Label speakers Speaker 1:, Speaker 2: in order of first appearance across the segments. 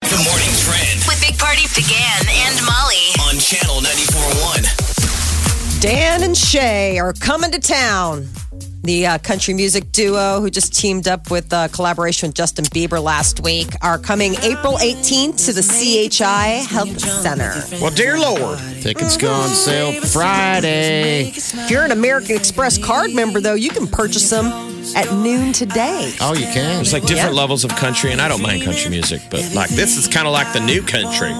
Speaker 1: The morning trend
Speaker 2: with Big Party began and Molly.
Speaker 1: on channel 94.1.
Speaker 3: Dan and Shay are coming to town. The uh, country music duo who just teamed up with uh, collaboration with Justin Bieber last week are coming April 18th to the CHI Health Center.
Speaker 4: Well, dear Lord,
Speaker 5: Tickets go on sale Friday.
Speaker 3: If you're an American Express card member, though, you can purchase them at noon today.
Speaker 5: Oh, you can.
Speaker 4: it's like different levels of country, and I don't mind country music, but like this is kind of like the new country.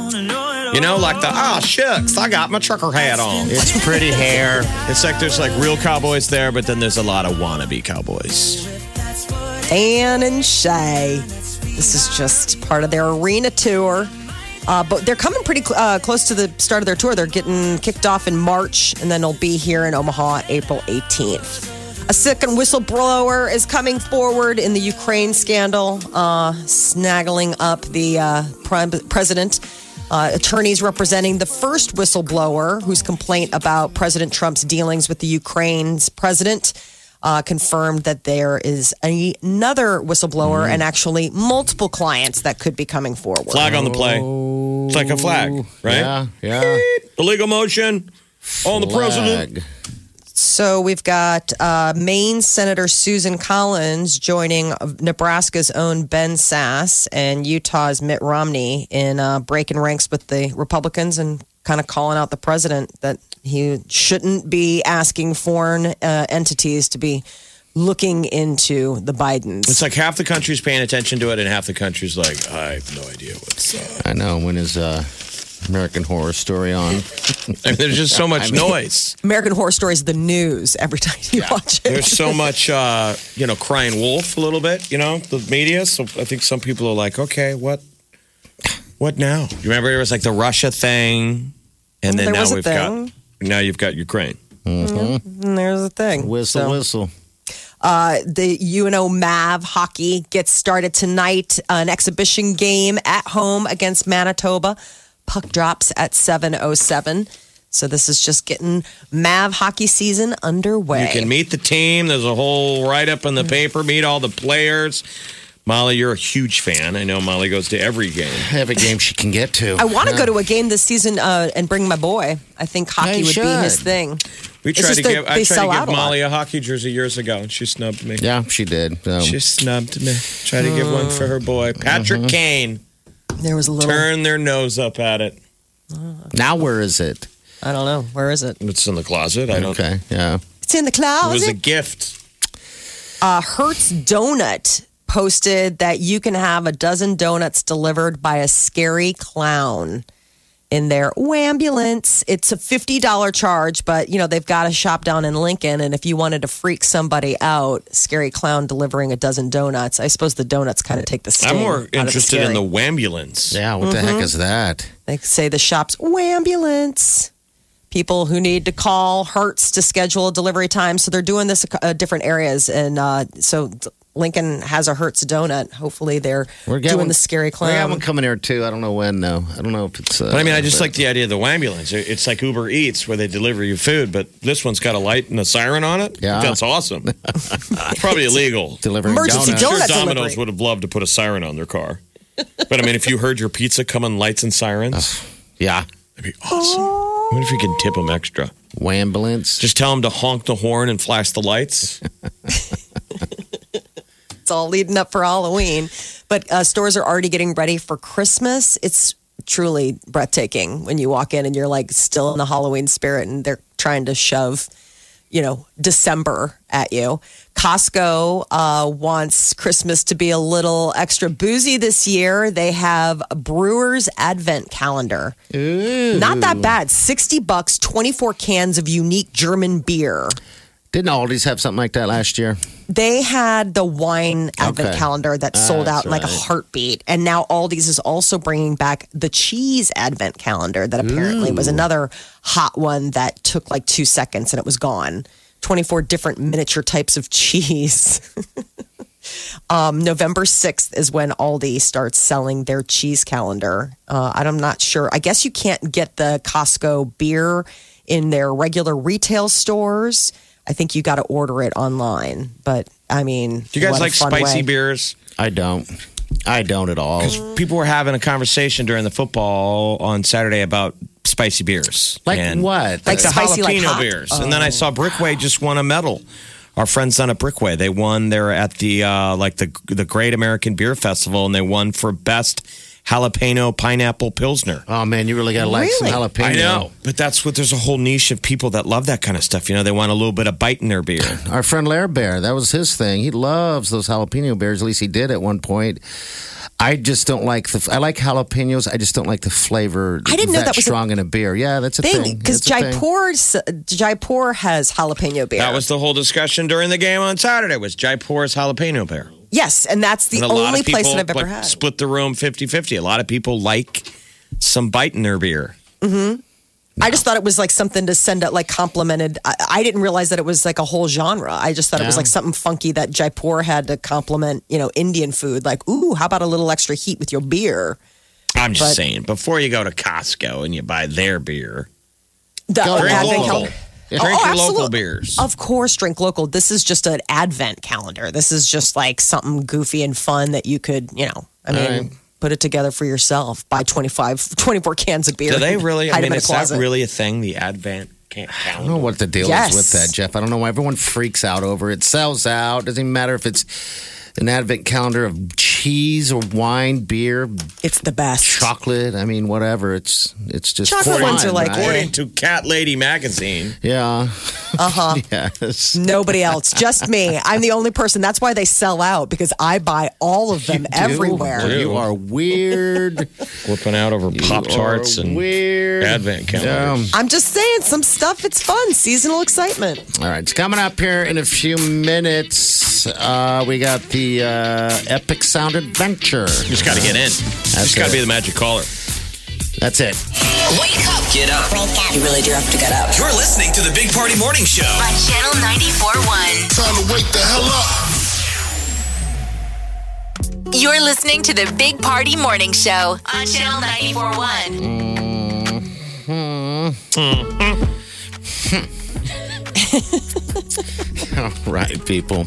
Speaker 4: You know, like the ah shucks, I got my trucker hat on.
Speaker 5: It's pretty hair.
Speaker 4: It's like there's like real cowboys there, but then there's a lot of wannabe cowboys.
Speaker 3: Dan and Shay. This is just part of their arena tour. Uh, but they're coming pretty cl- uh, close to the start of their tour. They're getting kicked off in March, and then they'll be here in Omaha April 18th. A second whistleblower is coming forward in the Ukraine scandal, uh, snaggling up the uh, prime president. Uh, attorneys representing the first whistleblower whose complaint about President Trump's dealings with the Ukraine's president uh, confirmed that there is another whistleblower and actually multiple clients that could be coming forward.
Speaker 4: Mm-hmm. Flag on the play. It's like a flag, right?
Speaker 5: Oh, Yeah, yeah.
Speaker 4: Illegal motion on the president.
Speaker 5: Flag.
Speaker 3: So we've got uh, Maine Senator Susan Collins joining Nebraska's own Ben Sass and Utah's Mitt Romney in uh, breaking ranks with the Republicans and kind of calling out the president that he shouldn't be asking foreign uh, entities to be looking into the Bidens.
Speaker 4: It's like half the country's paying attention to it, and half the country's like, I have no idea what's up.
Speaker 5: I know. When is uh, American Horror Story on?
Speaker 4: And there's just so much noise.
Speaker 3: American Horror Story is the news every time you watch it.
Speaker 4: There's so much, uh, you know, crying wolf a little bit, you know, the media. So I think some people are like, okay, what, what now? You remember it was like the Russia thing, and then
Speaker 3: There
Speaker 4: now
Speaker 3: was a
Speaker 4: we've
Speaker 3: thing.
Speaker 4: got now you've got Ukraine.
Speaker 3: And there's the thing.
Speaker 5: Whistle,
Speaker 3: So,
Speaker 5: whistle.
Speaker 3: Uh, the UNO Mav hockey gets started tonight. An exhibition game at home against Manitoba. Puck drops at 7:07. So this is just getting Mav hockey season underway.
Speaker 4: You can meet the team. There's a whole write up
Speaker 3: Mm-hmm.
Speaker 4: in the paper. Meet all the players. Molly, you're a huge fan. I know Molly goes to every game.
Speaker 5: Every game she can get to.
Speaker 3: I want to go to a game this season uh, and bring my boy. I think hockey
Speaker 5: Yeah, you
Speaker 3: would be his
Speaker 5: should.
Speaker 3: thing.
Speaker 4: We
Speaker 3: It's
Speaker 4: tried
Speaker 3: just
Speaker 4: to
Speaker 3: they-
Speaker 4: give I
Speaker 3: they
Speaker 4: tried
Speaker 3: sell
Speaker 4: to
Speaker 3: out
Speaker 4: give
Speaker 3: a lot.
Speaker 4: Molly a hockey jersey years ago, and she snubbed me.
Speaker 5: Yeah, she did. Um, So,
Speaker 4: She snubbed me. Tried to give one for her boy. Patrick Kane
Speaker 3: There was a little.
Speaker 4: turned their nose up at it.
Speaker 5: now where is it?
Speaker 3: I don't know. Where is it?
Speaker 4: It's in the closet. I don't.
Speaker 5: Okay, yeah.
Speaker 3: It's in the
Speaker 4: It
Speaker 3: closet.
Speaker 4: was a gift.
Speaker 3: Uh, Hertz Donut posted that you can have a dozen donuts delivered by a scary clown in their ambulance. It's a $50 charge, but you know, they've got a shop down in Lincoln and if you wanted to freak somebody out, scary clown delivering a dozen donuts. I suppose the donuts kind of take the sting
Speaker 4: I'm more
Speaker 3: out of
Speaker 4: interested in the
Speaker 3: scary.
Speaker 4: wambulance.
Speaker 5: Yeah, what the heck
Speaker 3: Mm-hmm.
Speaker 5: is that?
Speaker 3: They say the shop's ambulance. People who need to call Hertz to schedule a delivery time. So they're doing this uh, different areas. And uh, so Lincoln has a Hertz donut. Hopefully they're doing the scary
Speaker 5: We got
Speaker 3: clown.
Speaker 5: one coming here too. I don't know when though. I don't know if it's. Uh,
Speaker 4: But I mean, I just like the idea of the wambulance. It- It's like Uber Eats where they deliver you food, but this one's got a light and a siren on it.
Speaker 5: Yeah.
Speaker 4: That's awesome. It's probably illegal.
Speaker 5: delivering
Speaker 3: Emergency
Speaker 5: donuts.
Speaker 3: donut
Speaker 4: sure
Speaker 3: delivery.
Speaker 4: Domino's would have loved to put a siren on their car. But I mean, if you heard your pizza come on lights and sirens,
Speaker 5: Yeah,
Speaker 4: that'd be awesome. What if you can tip them extra?
Speaker 5: wambulance.
Speaker 4: Just tell them to honk the horn and flash the lights.
Speaker 3: It's all leading up for Halloween. But uh, stores are already getting ready for Christmas. It's truly breathtaking when you walk in and you're like still in the Halloween spirit and they're trying to shove, you know, December at you. Costco uh, wants Christmas to be a little extra boozy this year. They have a Brewers Advent Calendar. Not that bad. 60 bucks, 24 cans of unique German beer.
Speaker 5: Didn't Aldi's have something like that last year?
Speaker 3: They had the wine advent
Speaker 5: Okay. Ah,
Speaker 3: calendar that sold out
Speaker 5: That's
Speaker 3: in like a
Speaker 5: right.
Speaker 3: heartbeat. And now Aldi's is also bringing back the cheese advent calendar that apparently was another hot one that took like two seconds and it was gone. 24 different miniature types of cheese. um, November 6th is when Aldi starts selling their cheese calendar. Uh, and I'm not sure. I guess you can't get the Costco beer in their regular retail stores. I think you got to order it online. But I mean,
Speaker 4: Do you guys
Speaker 3: what a
Speaker 4: like
Speaker 3: fun
Speaker 4: spicy
Speaker 3: way.
Speaker 4: beers?
Speaker 5: I don't. I don't at all.
Speaker 4: People were having a conversation during the football on Saturday about spicy beers.
Speaker 5: Like
Speaker 4: And
Speaker 5: what?
Speaker 3: Like
Speaker 4: the
Speaker 3: spicy, like
Speaker 4: jalapeno
Speaker 3: hot? Oh.
Speaker 4: beers. And then I saw Brickway just won a medal. Our friends down at Brickway, they won. They're at the uh, like the the Great American Beer Festival, and they won for best jalapeno pineapple pilsner.
Speaker 5: oh man, you really gotta like some
Speaker 3: Really?
Speaker 5: jalapeno.
Speaker 4: I know, but that's what there's a whole niche of people that love that kind of stuff. You know, they want a little bit of bite in their beer.
Speaker 5: Our friend Lair Bear, that was his thing. He loves those jalapeno bears. At least he did at one point. I just don't like the. I like jalapenos. I just don't like the flavor.
Speaker 3: I didn't know that was a
Speaker 5: strong in a beer. Yeah, that's a thing.
Speaker 3: because
Speaker 5: That's a thing.
Speaker 3: Jaipur Jaipur has jalapeno beer.
Speaker 4: That was the whole discussion during the game on Saturday. Was Jaipur's jalapeno beer?
Speaker 3: yes, and that's the
Speaker 4: And
Speaker 3: only place that I've ever
Speaker 4: like,
Speaker 3: had.
Speaker 4: split the room 50-50. A lot of people like some bite in their beer.
Speaker 3: I just thought it was like something to send out, like complimented. I, I didn't realize that it was like a whole genre. I just thought it was
Speaker 5: Yeah.
Speaker 3: like something funky that Jaipur had to compliment, you know, Indian food. Like, ooh, how about a little extra heat with your beer?
Speaker 4: I'm just
Speaker 3: But-
Speaker 4: saying, before you go to Costco and you buy their beer,
Speaker 3: The
Speaker 5: Go
Speaker 3: an
Speaker 4: drink
Speaker 5: Advent
Speaker 4: local.
Speaker 3: cal-
Speaker 4: Drink
Speaker 3: Oh,
Speaker 4: your
Speaker 3: absolute- Oh,
Speaker 4: local beers.
Speaker 3: Of course, drink local. This is just an advent calendar. This is just like something goofy and fun that you could, you know, I mean, put it together for yourself. Buy 25, 24 cans of beer.
Speaker 4: Do they really? I
Speaker 3: Hide 'em
Speaker 4: mean,
Speaker 3: in a
Speaker 4: is that
Speaker 3: closet.
Speaker 4: really a thing? The Advent can't
Speaker 5: I don't
Speaker 4: count.
Speaker 5: know what the deal
Speaker 3: Yes.
Speaker 5: is with that, Jeff. I don't know why everyone freaks out over it. Sells out. Doesn't even matter if it's an advent calendar of cheese or wine, beer,
Speaker 3: It's the best.
Speaker 5: chocolate. I mean, whatever. It's it's just
Speaker 3: Chocolate
Speaker 5: fun,
Speaker 3: ones are like,
Speaker 5: right?
Speaker 4: According to Cat Lady magazine,
Speaker 5: yeah, uh huh, yes.
Speaker 3: Nobody else, just me. I'm the only person. That's why they sell out because I buy all of them everywhere.
Speaker 5: Dude, you are weird.
Speaker 4: flipping out over Pop Tarts
Speaker 5: You are
Speaker 4: and
Speaker 5: weird.
Speaker 4: Advent calendars.
Speaker 3: I'm just saying, some stuff, it's fun, seasonal excitement.
Speaker 5: All right, it's coming up here in a few minutes. Uh, we got the uh, Epic Sound Adventure.
Speaker 4: You just got to get in. You just got to
Speaker 5: it.
Speaker 4: be the magic caller.
Speaker 5: That's it.
Speaker 2: Wake up.
Speaker 1: Get up.
Speaker 2: Wake up. You really do have to get up.
Speaker 1: You're listening to the Big Party Morning Show.
Speaker 2: On Channel 94.1.
Speaker 6: Time to wake the hell up.
Speaker 2: You're listening to the Big Party Morning Show on Channel 94.1.
Speaker 5: All right, people.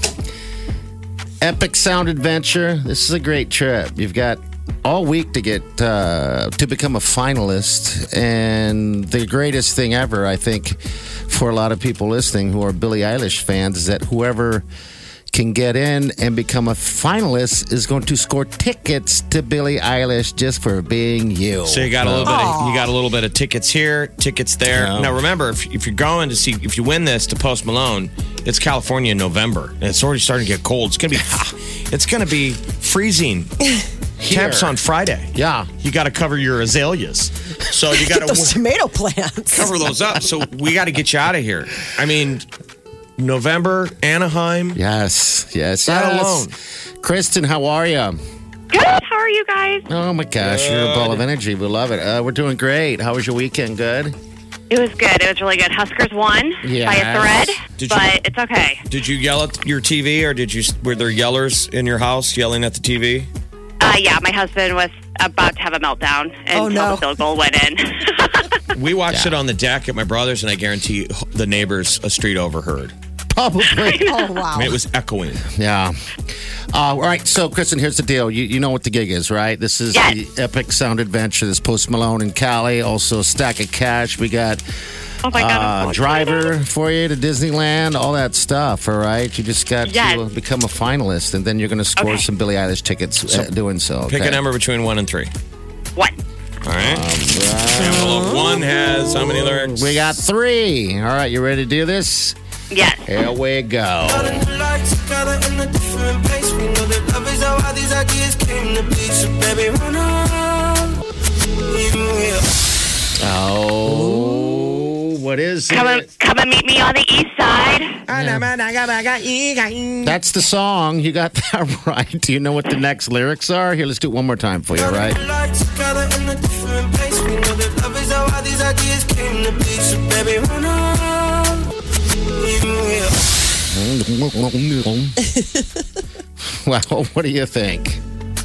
Speaker 5: Epic Sound Adventure. This is a great trip. You've got all week to get uh, to become a finalist, and the greatest thing ever, I think, for a lot of people listening who are Billie Eilish fans, is that whoever can get in and become a finalist is going to score tickets to Billie Eilish just for being you.
Speaker 4: So you got a little bit. Of, you got a little bit of tickets here, tickets there.
Speaker 5: Yeah.
Speaker 4: Now remember, if, if you're going to see, if you win this to Post Malone, it's California in November, and it's already starting to get cold. It's gonna be, it's gonna be freezing temps on Friday.
Speaker 5: Yeah.
Speaker 4: you got to cover your azaleas. So you got
Speaker 3: Those
Speaker 4: to
Speaker 3: tomato plants.
Speaker 4: cover those up. So we got to get you out of here. I mean, November, Anaheim.
Speaker 5: Yes, yes,
Speaker 4: Not
Speaker 5: yes.
Speaker 4: alone.
Speaker 5: Kristen, how are you?
Speaker 7: Good. How are you guys?
Speaker 5: Oh my gosh, you're a ball of energy. We love it. Uh, we're doing great. How was your weekend? Good.
Speaker 7: It was good. It was really good. Huskers won by
Speaker 5: Yes.
Speaker 7: a thread,
Speaker 4: Did you-
Speaker 7: but it's okay.
Speaker 4: Did you yell at your TV, or did you? Were there yellers in your house yelling at the TV?
Speaker 7: Uh, yeah, my husband was about to have a meltdown until
Speaker 3: Oh, no.
Speaker 7: the field goal went in.
Speaker 4: We watched it on the deck at my brother's, and I guarantee you, the neighbors a street overheard.
Speaker 5: Probably.
Speaker 3: Oh, wow.
Speaker 4: I mean, it was echoing.
Speaker 5: yeah. Uh, all right. So, Kristen, here's the deal. You, you know what the gig is, right? This is
Speaker 7: Yes.
Speaker 5: the Epic Sound Adventure. This Post Malone and Cali. Also, a stack of cash. We got
Speaker 7: oh my god! I'm
Speaker 5: uh,
Speaker 7: so excited.
Speaker 5: driver for you to Disneyland. All that stuff. All right. You just got
Speaker 7: Yes.
Speaker 5: to uh, become a finalist, and then you're going to score
Speaker 7: Okay.
Speaker 5: some Billie Eilish tickets uh, doing so.
Speaker 4: Pick
Speaker 5: okay?
Speaker 4: a number between one and three.
Speaker 7: What?
Speaker 4: All right. Envelope one has how many lyrics?
Speaker 5: We got three. All right. You ready to do this?
Speaker 7: Yes.
Speaker 5: Here we go.
Speaker 8: lights together in a different place. We know that love is how all these ideas came to be. So baby, run on. You will.
Speaker 5: Oh, What is
Speaker 7: Come
Speaker 5: it?
Speaker 7: and, come and meet me on the east side.
Speaker 5: That's the song. You got that right. Do you know what the next lyrics are? Here, let's do it one more time for you, all right?
Speaker 8: Lights together in a different place. We know that love is how all these ideas came to be. So baby, run on. You will.
Speaker 5: wow, what do you think?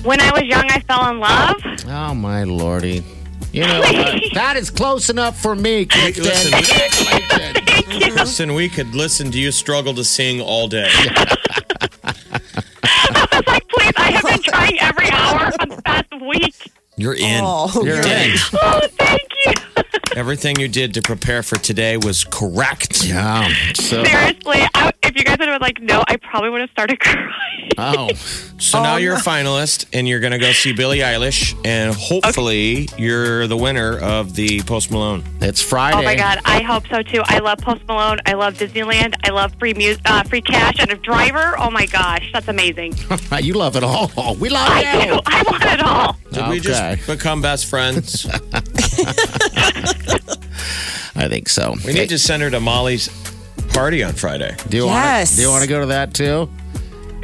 Speaker 7: When I was young, I fell in love.
Speaker 5: Oh, my lordy. You know what? That is close enough for me, Clifton.
Speaker 4: Listen, we-
Speaker 5: Clifton.
Speaker 4: Listen, we could listen to you struggle to sing all day.
Speaker 7: I was like, please, I have been trying every hour for the past week.
Speaker 4: You're in.
Speaker 3: Oh,
Speaker 4: You're
Speaker 5: you're
Speaker 4: in.
Speaker 7: Oh, thank you.
Speaker 4: Everything you did to prepare for today was correct.
Speaker 5: Yeah. So,
Speaker 7: Seriously, I, if you guys had been like, no, I probably would have started crying.
Speaker 5: oh,
Speaker 4: So now you're a finalist, and you're going to go see Billie Eilish, and hopefully you're the winner of the Post Malone.
Speaker 5: it's Friday.
Speaker 7: Oh my God, I hope so too. I love Post Malone. I love Disneyland. I love free music, uh, free cash, and a driver. Oh my gosh, that's amazing.
Speaker 5: God. You love it all. We love
Speaker 7: I
Speaker 5: you.
Speaker 7: do. I want it all.
Speaker 4: Did we
Speaker 5: Okay.
Speaker 4: just become best friends?
Speaker 5: I think so.
Speaker 4: we need to send her to Molly's party on Friday.
Speaker 5: Do you
Speaker 3: Yes.
Speaker 5: want? Do you want to go to that too?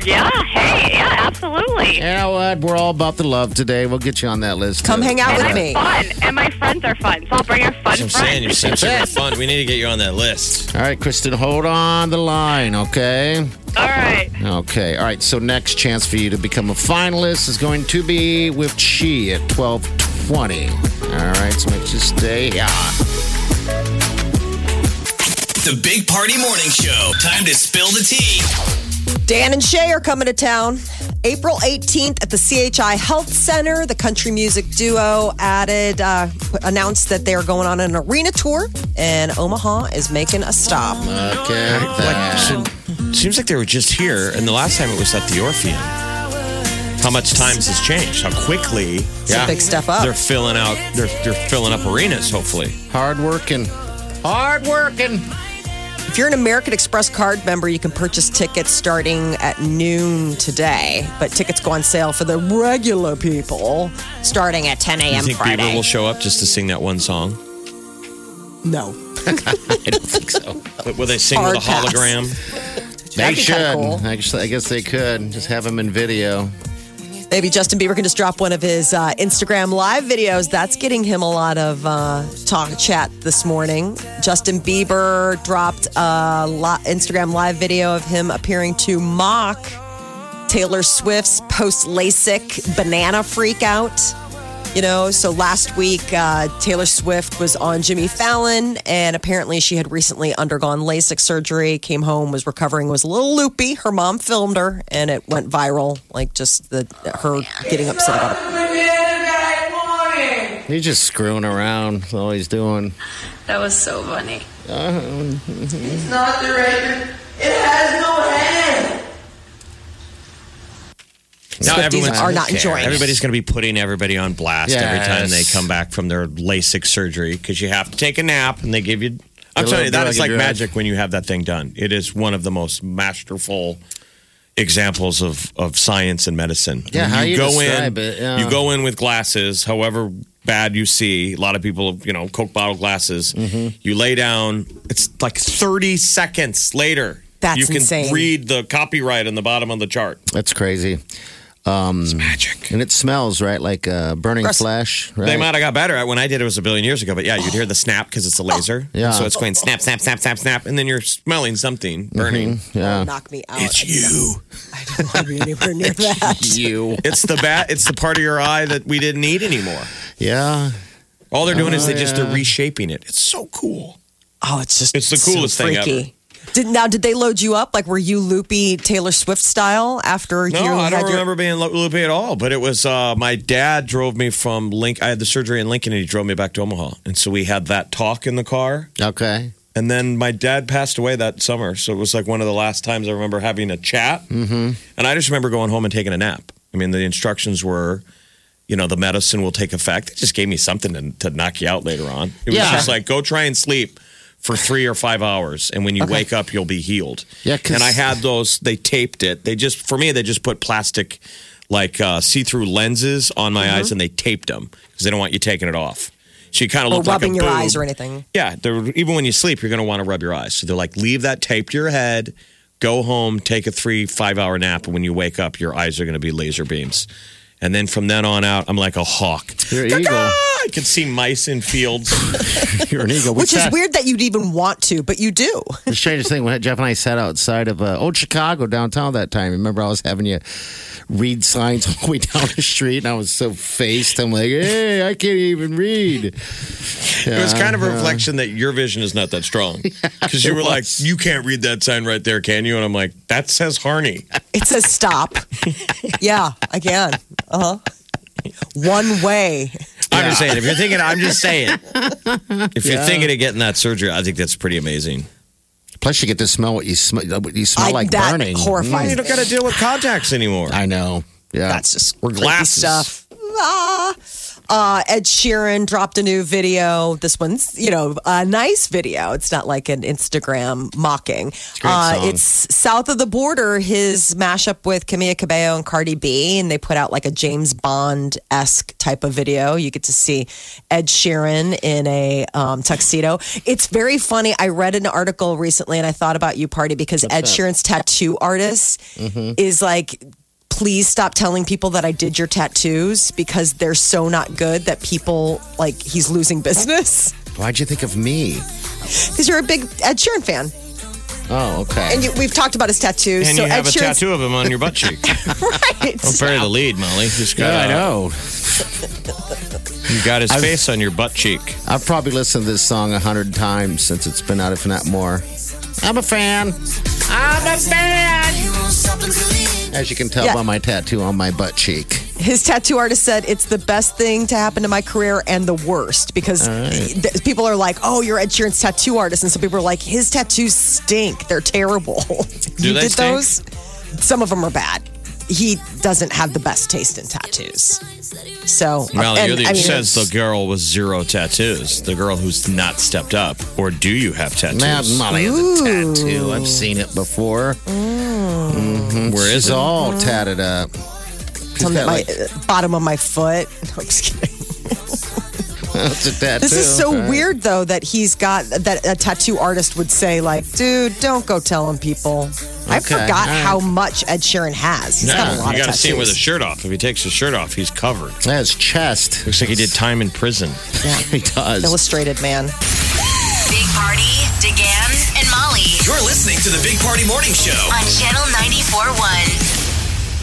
Speaker 7: Yeah. Hey. Yeah. Absolutely.
Speaker 5: You know what? We're all about the love today. We'll get you on that list.
Speaker 3: Come
Speaker 5: too.
Speaker 3: hang out with me.
Speaker 7: Fun, and my friends are fun, so I'll bring her fun
Speaker 4: That's what I'm
Speaker 7: friends.
Speaker 4: saying. You're such a fun. We need to get you on that list.
Speaker 5: All right, Kristen, hold on the line, okay?
Speaker 7: All right.
Speaker 5: Okay. All right. So next chance for you to become a finalist is going to be with Chi at twelve twenty. All right. So make sure you stay. Yeah.
Speaker 1: The Big Party Morning Show. Time to spill the tea.
Speaker 3: Dan and Shay are coming to town April 18th at the CHI Health Center. The country music duo added, uh, announced that they are going on an arena tour, and Omaha is making a stop.
Speaker 5: Okay. That.
Speaker 4: Seem- Seems like they were just here, and the last time it was at the Orpheum. How much times has changed? How quickly? yeah,
Speaker 3: big step up.
Speaker 4: They're filling out. They're they're filling up arenas. Hopefully,
Speaker 5: Hard working. Hard working.
Speaker 3: If you're an American Express card member, you can purchase tickets starting at noon today, but tickets go on sale for the regular people starting at 10
Speaker 4: you
Speaker 3: a.m.
Speaker 4: think people
Speaker 3: Friday.
Speaker 4: will show up just to sing that one song?
Speaker 3: no.
Speaker 5: I don't think so.
Speaker 4: But will they sing
Speaker 3: Hard
Speaker 4: with a
Speaker 3: pass.
Speaker 4: hologram?
Speaker 5: they
Speaker 3: That'd be
Speaker 5: should.
Speaker 3: kinda cool.
Speaker 5: Actually, I guess they could. Just have them in video.
Speaker 3: Maybe Justin Bieber can just drop one of his uh, Instagram live videos. That's getting him a lot of uh, talk chat this morning. Justin Bieber dropped a li- Instagram live video of him appearing to mock Taylor Swift's post LASIK banana freak out. You know, so last week uh, Taylor Swift was on Jimmy Fallon, and apparently she had recently undergone LASIK surgery. Came home, was recovering, was a little loopy. Her mom filmed her, and it went viral. Like just the her getting upset about it.
Speaker 5: He's just screwing around. That's all he's doing.
Speaker 6: That was so funny.
Speaker 3: Uh-huh.
Speaker 8: It's not the right. It has no hand.
Speaker 4: Now
Speaker 3: Swifties
Speaker 4: everyone's
Speaker 3: are not enjoying. it.
Speaker 4: Everybody's going to be putting everybody on blast every time
Speaker 5: Yes.
Speaker 4: they come back from their LASIK surgery because you have to take a nap and they give you. I'm
Speaker 5: Get a
Speaker 4: telling you,
Speaker 5: little
Speaker 4: that
Speaker 5: drug
Speaker 4: is like
Speaker 5: and drug.
Speaker 4: magic when you have that thing done. It is one of the most masterful examples of, of science and medicine.
Speaker 5: Yeah, how you
Speaker 4: go
Speaker 5: describe
Speaker 4: in,
Speaker 5: it, yeah.
Speaker 4: you go in with glasses, however bad you see. A lot of people, you know, Coke bottle glasses.
Speaker 5: Mm-hmm.
Speaker 4: You lay down. It's like 30 seconds later.
Speaker 3: That's
Speaker 4: you can
Speaker 3: insane.
Speaker 4: read the copyright on the bottom of the chart.
Speaker 5: That's crazy.
Speaker 4: It's
Speaker 5: Mm.
Speaker 4: magic.
Speaker 5: And it smells right like uh, burning
Speaker 3: Gross.
Speaker 5: flesh. Right?
Speaker 4: They might have got better at when I did it was a billion years ago, but yeah, you'd hear the snap because it's a laser.
Speaker 5: Yeah.
Speaker 4: So it's going snap, snap, snap, snap, snap, and then you're smelling something burning.
Speaker 5: Yeah.
Speaker 3: knock me out.
Speaker 4: It's you.
Speaker 3: I don't want to be anywhere near that.
Speaker 5: You.
Speaker 4: It's the bat. It's the part of your eye that we didn't need anymore.
Speaker 5: Yeah.
Speaker 4: All they're doing is they just
Speaker 5: yeah.
Speaker 4: they're reshaping it. It's so cool.
Speaker 3: Oh, it's just
Speaker 4: It's the
Speaker 3: so
Speaker 4: coolest thing
Speaker 3: freaky. Did, now, did they load you up? Like, were you loopy Taylor Swift style after
Speaker 4: No,
Speaker 3: you
Speaker 4: I
Speaker 3: had
Speaker 4: don't
Speaker 3: your
Speaker 4: remember being lo- loopy at all. But it was uh, my dad drove me from Link. I had the surgery in Lincoln, and he drove me back to Omaha, and so we had that talk in the car.
Speaker 5: Okay.
Speaker 4: And then my dad passed away that summer. So it was like one of the last times I remember having a chat. Mm-hmm. And I just remember going home and taking a nap. I mean, the instructions were, you know, the medicine will take effect. It just gave me something to, to knock you out later on. It was
Speaker 5: Yeah.
Speaker 4: just like, go try and sleep for three or five hours. And when you wake up, you'll be healed.
Speaker 5: Yeah, 'cause-
Speaker 4: And I had those, they taped it. They just, for me, they just put plastic, like uh, see through lenses on my eyes and they taped them because they don't want you taking it off. So you kind of
Speaker 3: Or
Speaker 4: look like a
Speaker 3: Oh, rubbing your
Speaker 4: boob.
Speaker 3: eyes or anything.
Speaker 4: Yeah, they're, even when you sleep, you're going to want to rub your eyes. So they're like, leave that tape to your head, go home, take a three, five hour nap. And when you wake up, your eyes are going to be laser beams. And then from then on out, I'm like a hawk.
Speaker 5: You're an eagle.
Speaker 4: Ah, I can see mice in fields.
Speaker 5: You're an eagle. We
Speaker 3: Which is
Speaker 5: sat-
Speaker 3: weird that you'd even want to, but you do.
Speaker 5: The strangest thing when Jeff and I sat outside of uh, old Chicago downtown that time. Remember, I was having you read signs all the way down the street, and I was so faced. I'm like, hey, I can't even read.
Speaker 4: it was kind of a reflection that your vision is not that strong. Because you were like, you can't read that sign right there, can you? And I'm like, that says Harney.
Speaker 3: It says stop. yeah, I can. Uh huh. One way.
Speaker 4: I'm just saying, if you're thinking, I'm just saying. If you're thinking of getting that surgery, I think that's pretty amazing.
Speaker 5: Plus, you get to smell what you smell. What you smell
Speaker 3: I-
Speaker 5: like
Speaker 3: that
Speaker 5: burning.
Speaker 4: You
Speaker 3: horrifying.
Speaker 4: don't got to deal with contacts anymore.
Speaker 5: I know. Yeah,
Speaker 3: That's just
Speaker 5: Or
Speaker 3: creepy
Speaker 5: glasses.
Speaker 3: stuff. Ah. Uh, Ed Sheeran dropped a new video. This one's, you know, a nice video. It's not like an Instagram mocking. It's,
Speaker 4: great
Speaker 3: uh,
Speaker 4: song.
Speaker 3: it's South of the Border, his mashup with Camila Cabello and Cardi B, and they put out like a James Bond esque type of video. You get to see Ed Sheeran in a um, tuxedo. It's very funny. I read an article recently, and I thought about you, Party, because Ed Sheeran's tattoo artist
Speaker 4: Mm-hmm.
Speaker 3: is like please stop telling people that I did your tattoos because they're so not good that people like he's losing business
Speaker 5: Why'd you think of me?
Speaker 3: because you're a big Ed Sheeran fan
Speaker 5: Oh, okay.
Speaker 3: and you, we've talked about his tattoos.
Speaker 4: And
Speaker 3: so
Speaker 4: you have
Speaker 3: Ed
Speaker 4: a
Speaker 3: Sheeran's
Speaker 4: tattoo Oh, of him on your butt cheek.
Speaker 3: right.
Speaker 4: Don't bury the lead, Molly. Just got,
Speaker 5: yeah, I know.
Speaker 4: You got his face on your butt cheek.
Speaker 3: Uh,
Speaker 5: I've probably listened to this song a hundred times since it's been out, if not more. I'm a fan. I'm a fan. As you can tell
Speaker 3: Yeah.
Speaker 5: by my tattoo on my butt cheek.
Speaker 3: His tattoo artist said it's the best thing to happen to my career and the worst because th- people are like, "Oh, you're Ed Sheeran's tattoo artist," and some people are like, "His tattoos stink. They're terrible."
Speaker 4: Do
Speaker 3: you
Speaker 4: they
Speaker 3: did
Speaker 4: stink?
Speaker 3: those? Some of them are bad. He doesn't have the best taste in tattoos. So,
Speaker 4: Molly,
Speaker 3: and,
Speaker 4: you're the,
Speaker 3: I mean,
Speaker 4: says the girl with zero tattoos, the girl who's not stepped up. Or do you have tattoos?
Speaker 5: Mad Molly is a tattoo. I've seen it before. Mm-hmm.
Speaker 4: Where is
Speaker 5: It's
Speaker 4: it?
Speaker 5: all tatted up.
Speaker 3: it's on
Speaker 5: She's
Speaker 3: the-
Speaker 5: got,
Speaker 3: my
Speaker 5: like,
Speaker 3: uh, bottom of my foot. No, I'm just kidding.
Speaker 5: it's a tattoo.
Speaker 3: This is so
Speaker 5: Right.
Speaker 3: weird, though, that he's got that a tattoo artist would say, like, dude, don't go telling people. I
Speaker 5: Okay,
Speaker 3: forgot
Speaker 5: all right.
Speaker 3: how much Ed Sheeran has. He's got a
Speaker 4: Yeah, you
Speaker 3: lot of
Speaker 4: got to
Speaker 3: tattoos.
Speaker 4: see him with his shirt off. If he takes his shirt off, he's covered.
Speaker 5: That's chest.
Speaker 4: Looks like he did time in prison.
Speaker 5: he does.
Speaker 3: Illustrated man.
Speaker 2: Big Party, DeGan, and Molly
Speaker 1: You're listening to the Big Party Morning Show.
Speaker 2: on Channel 94.1.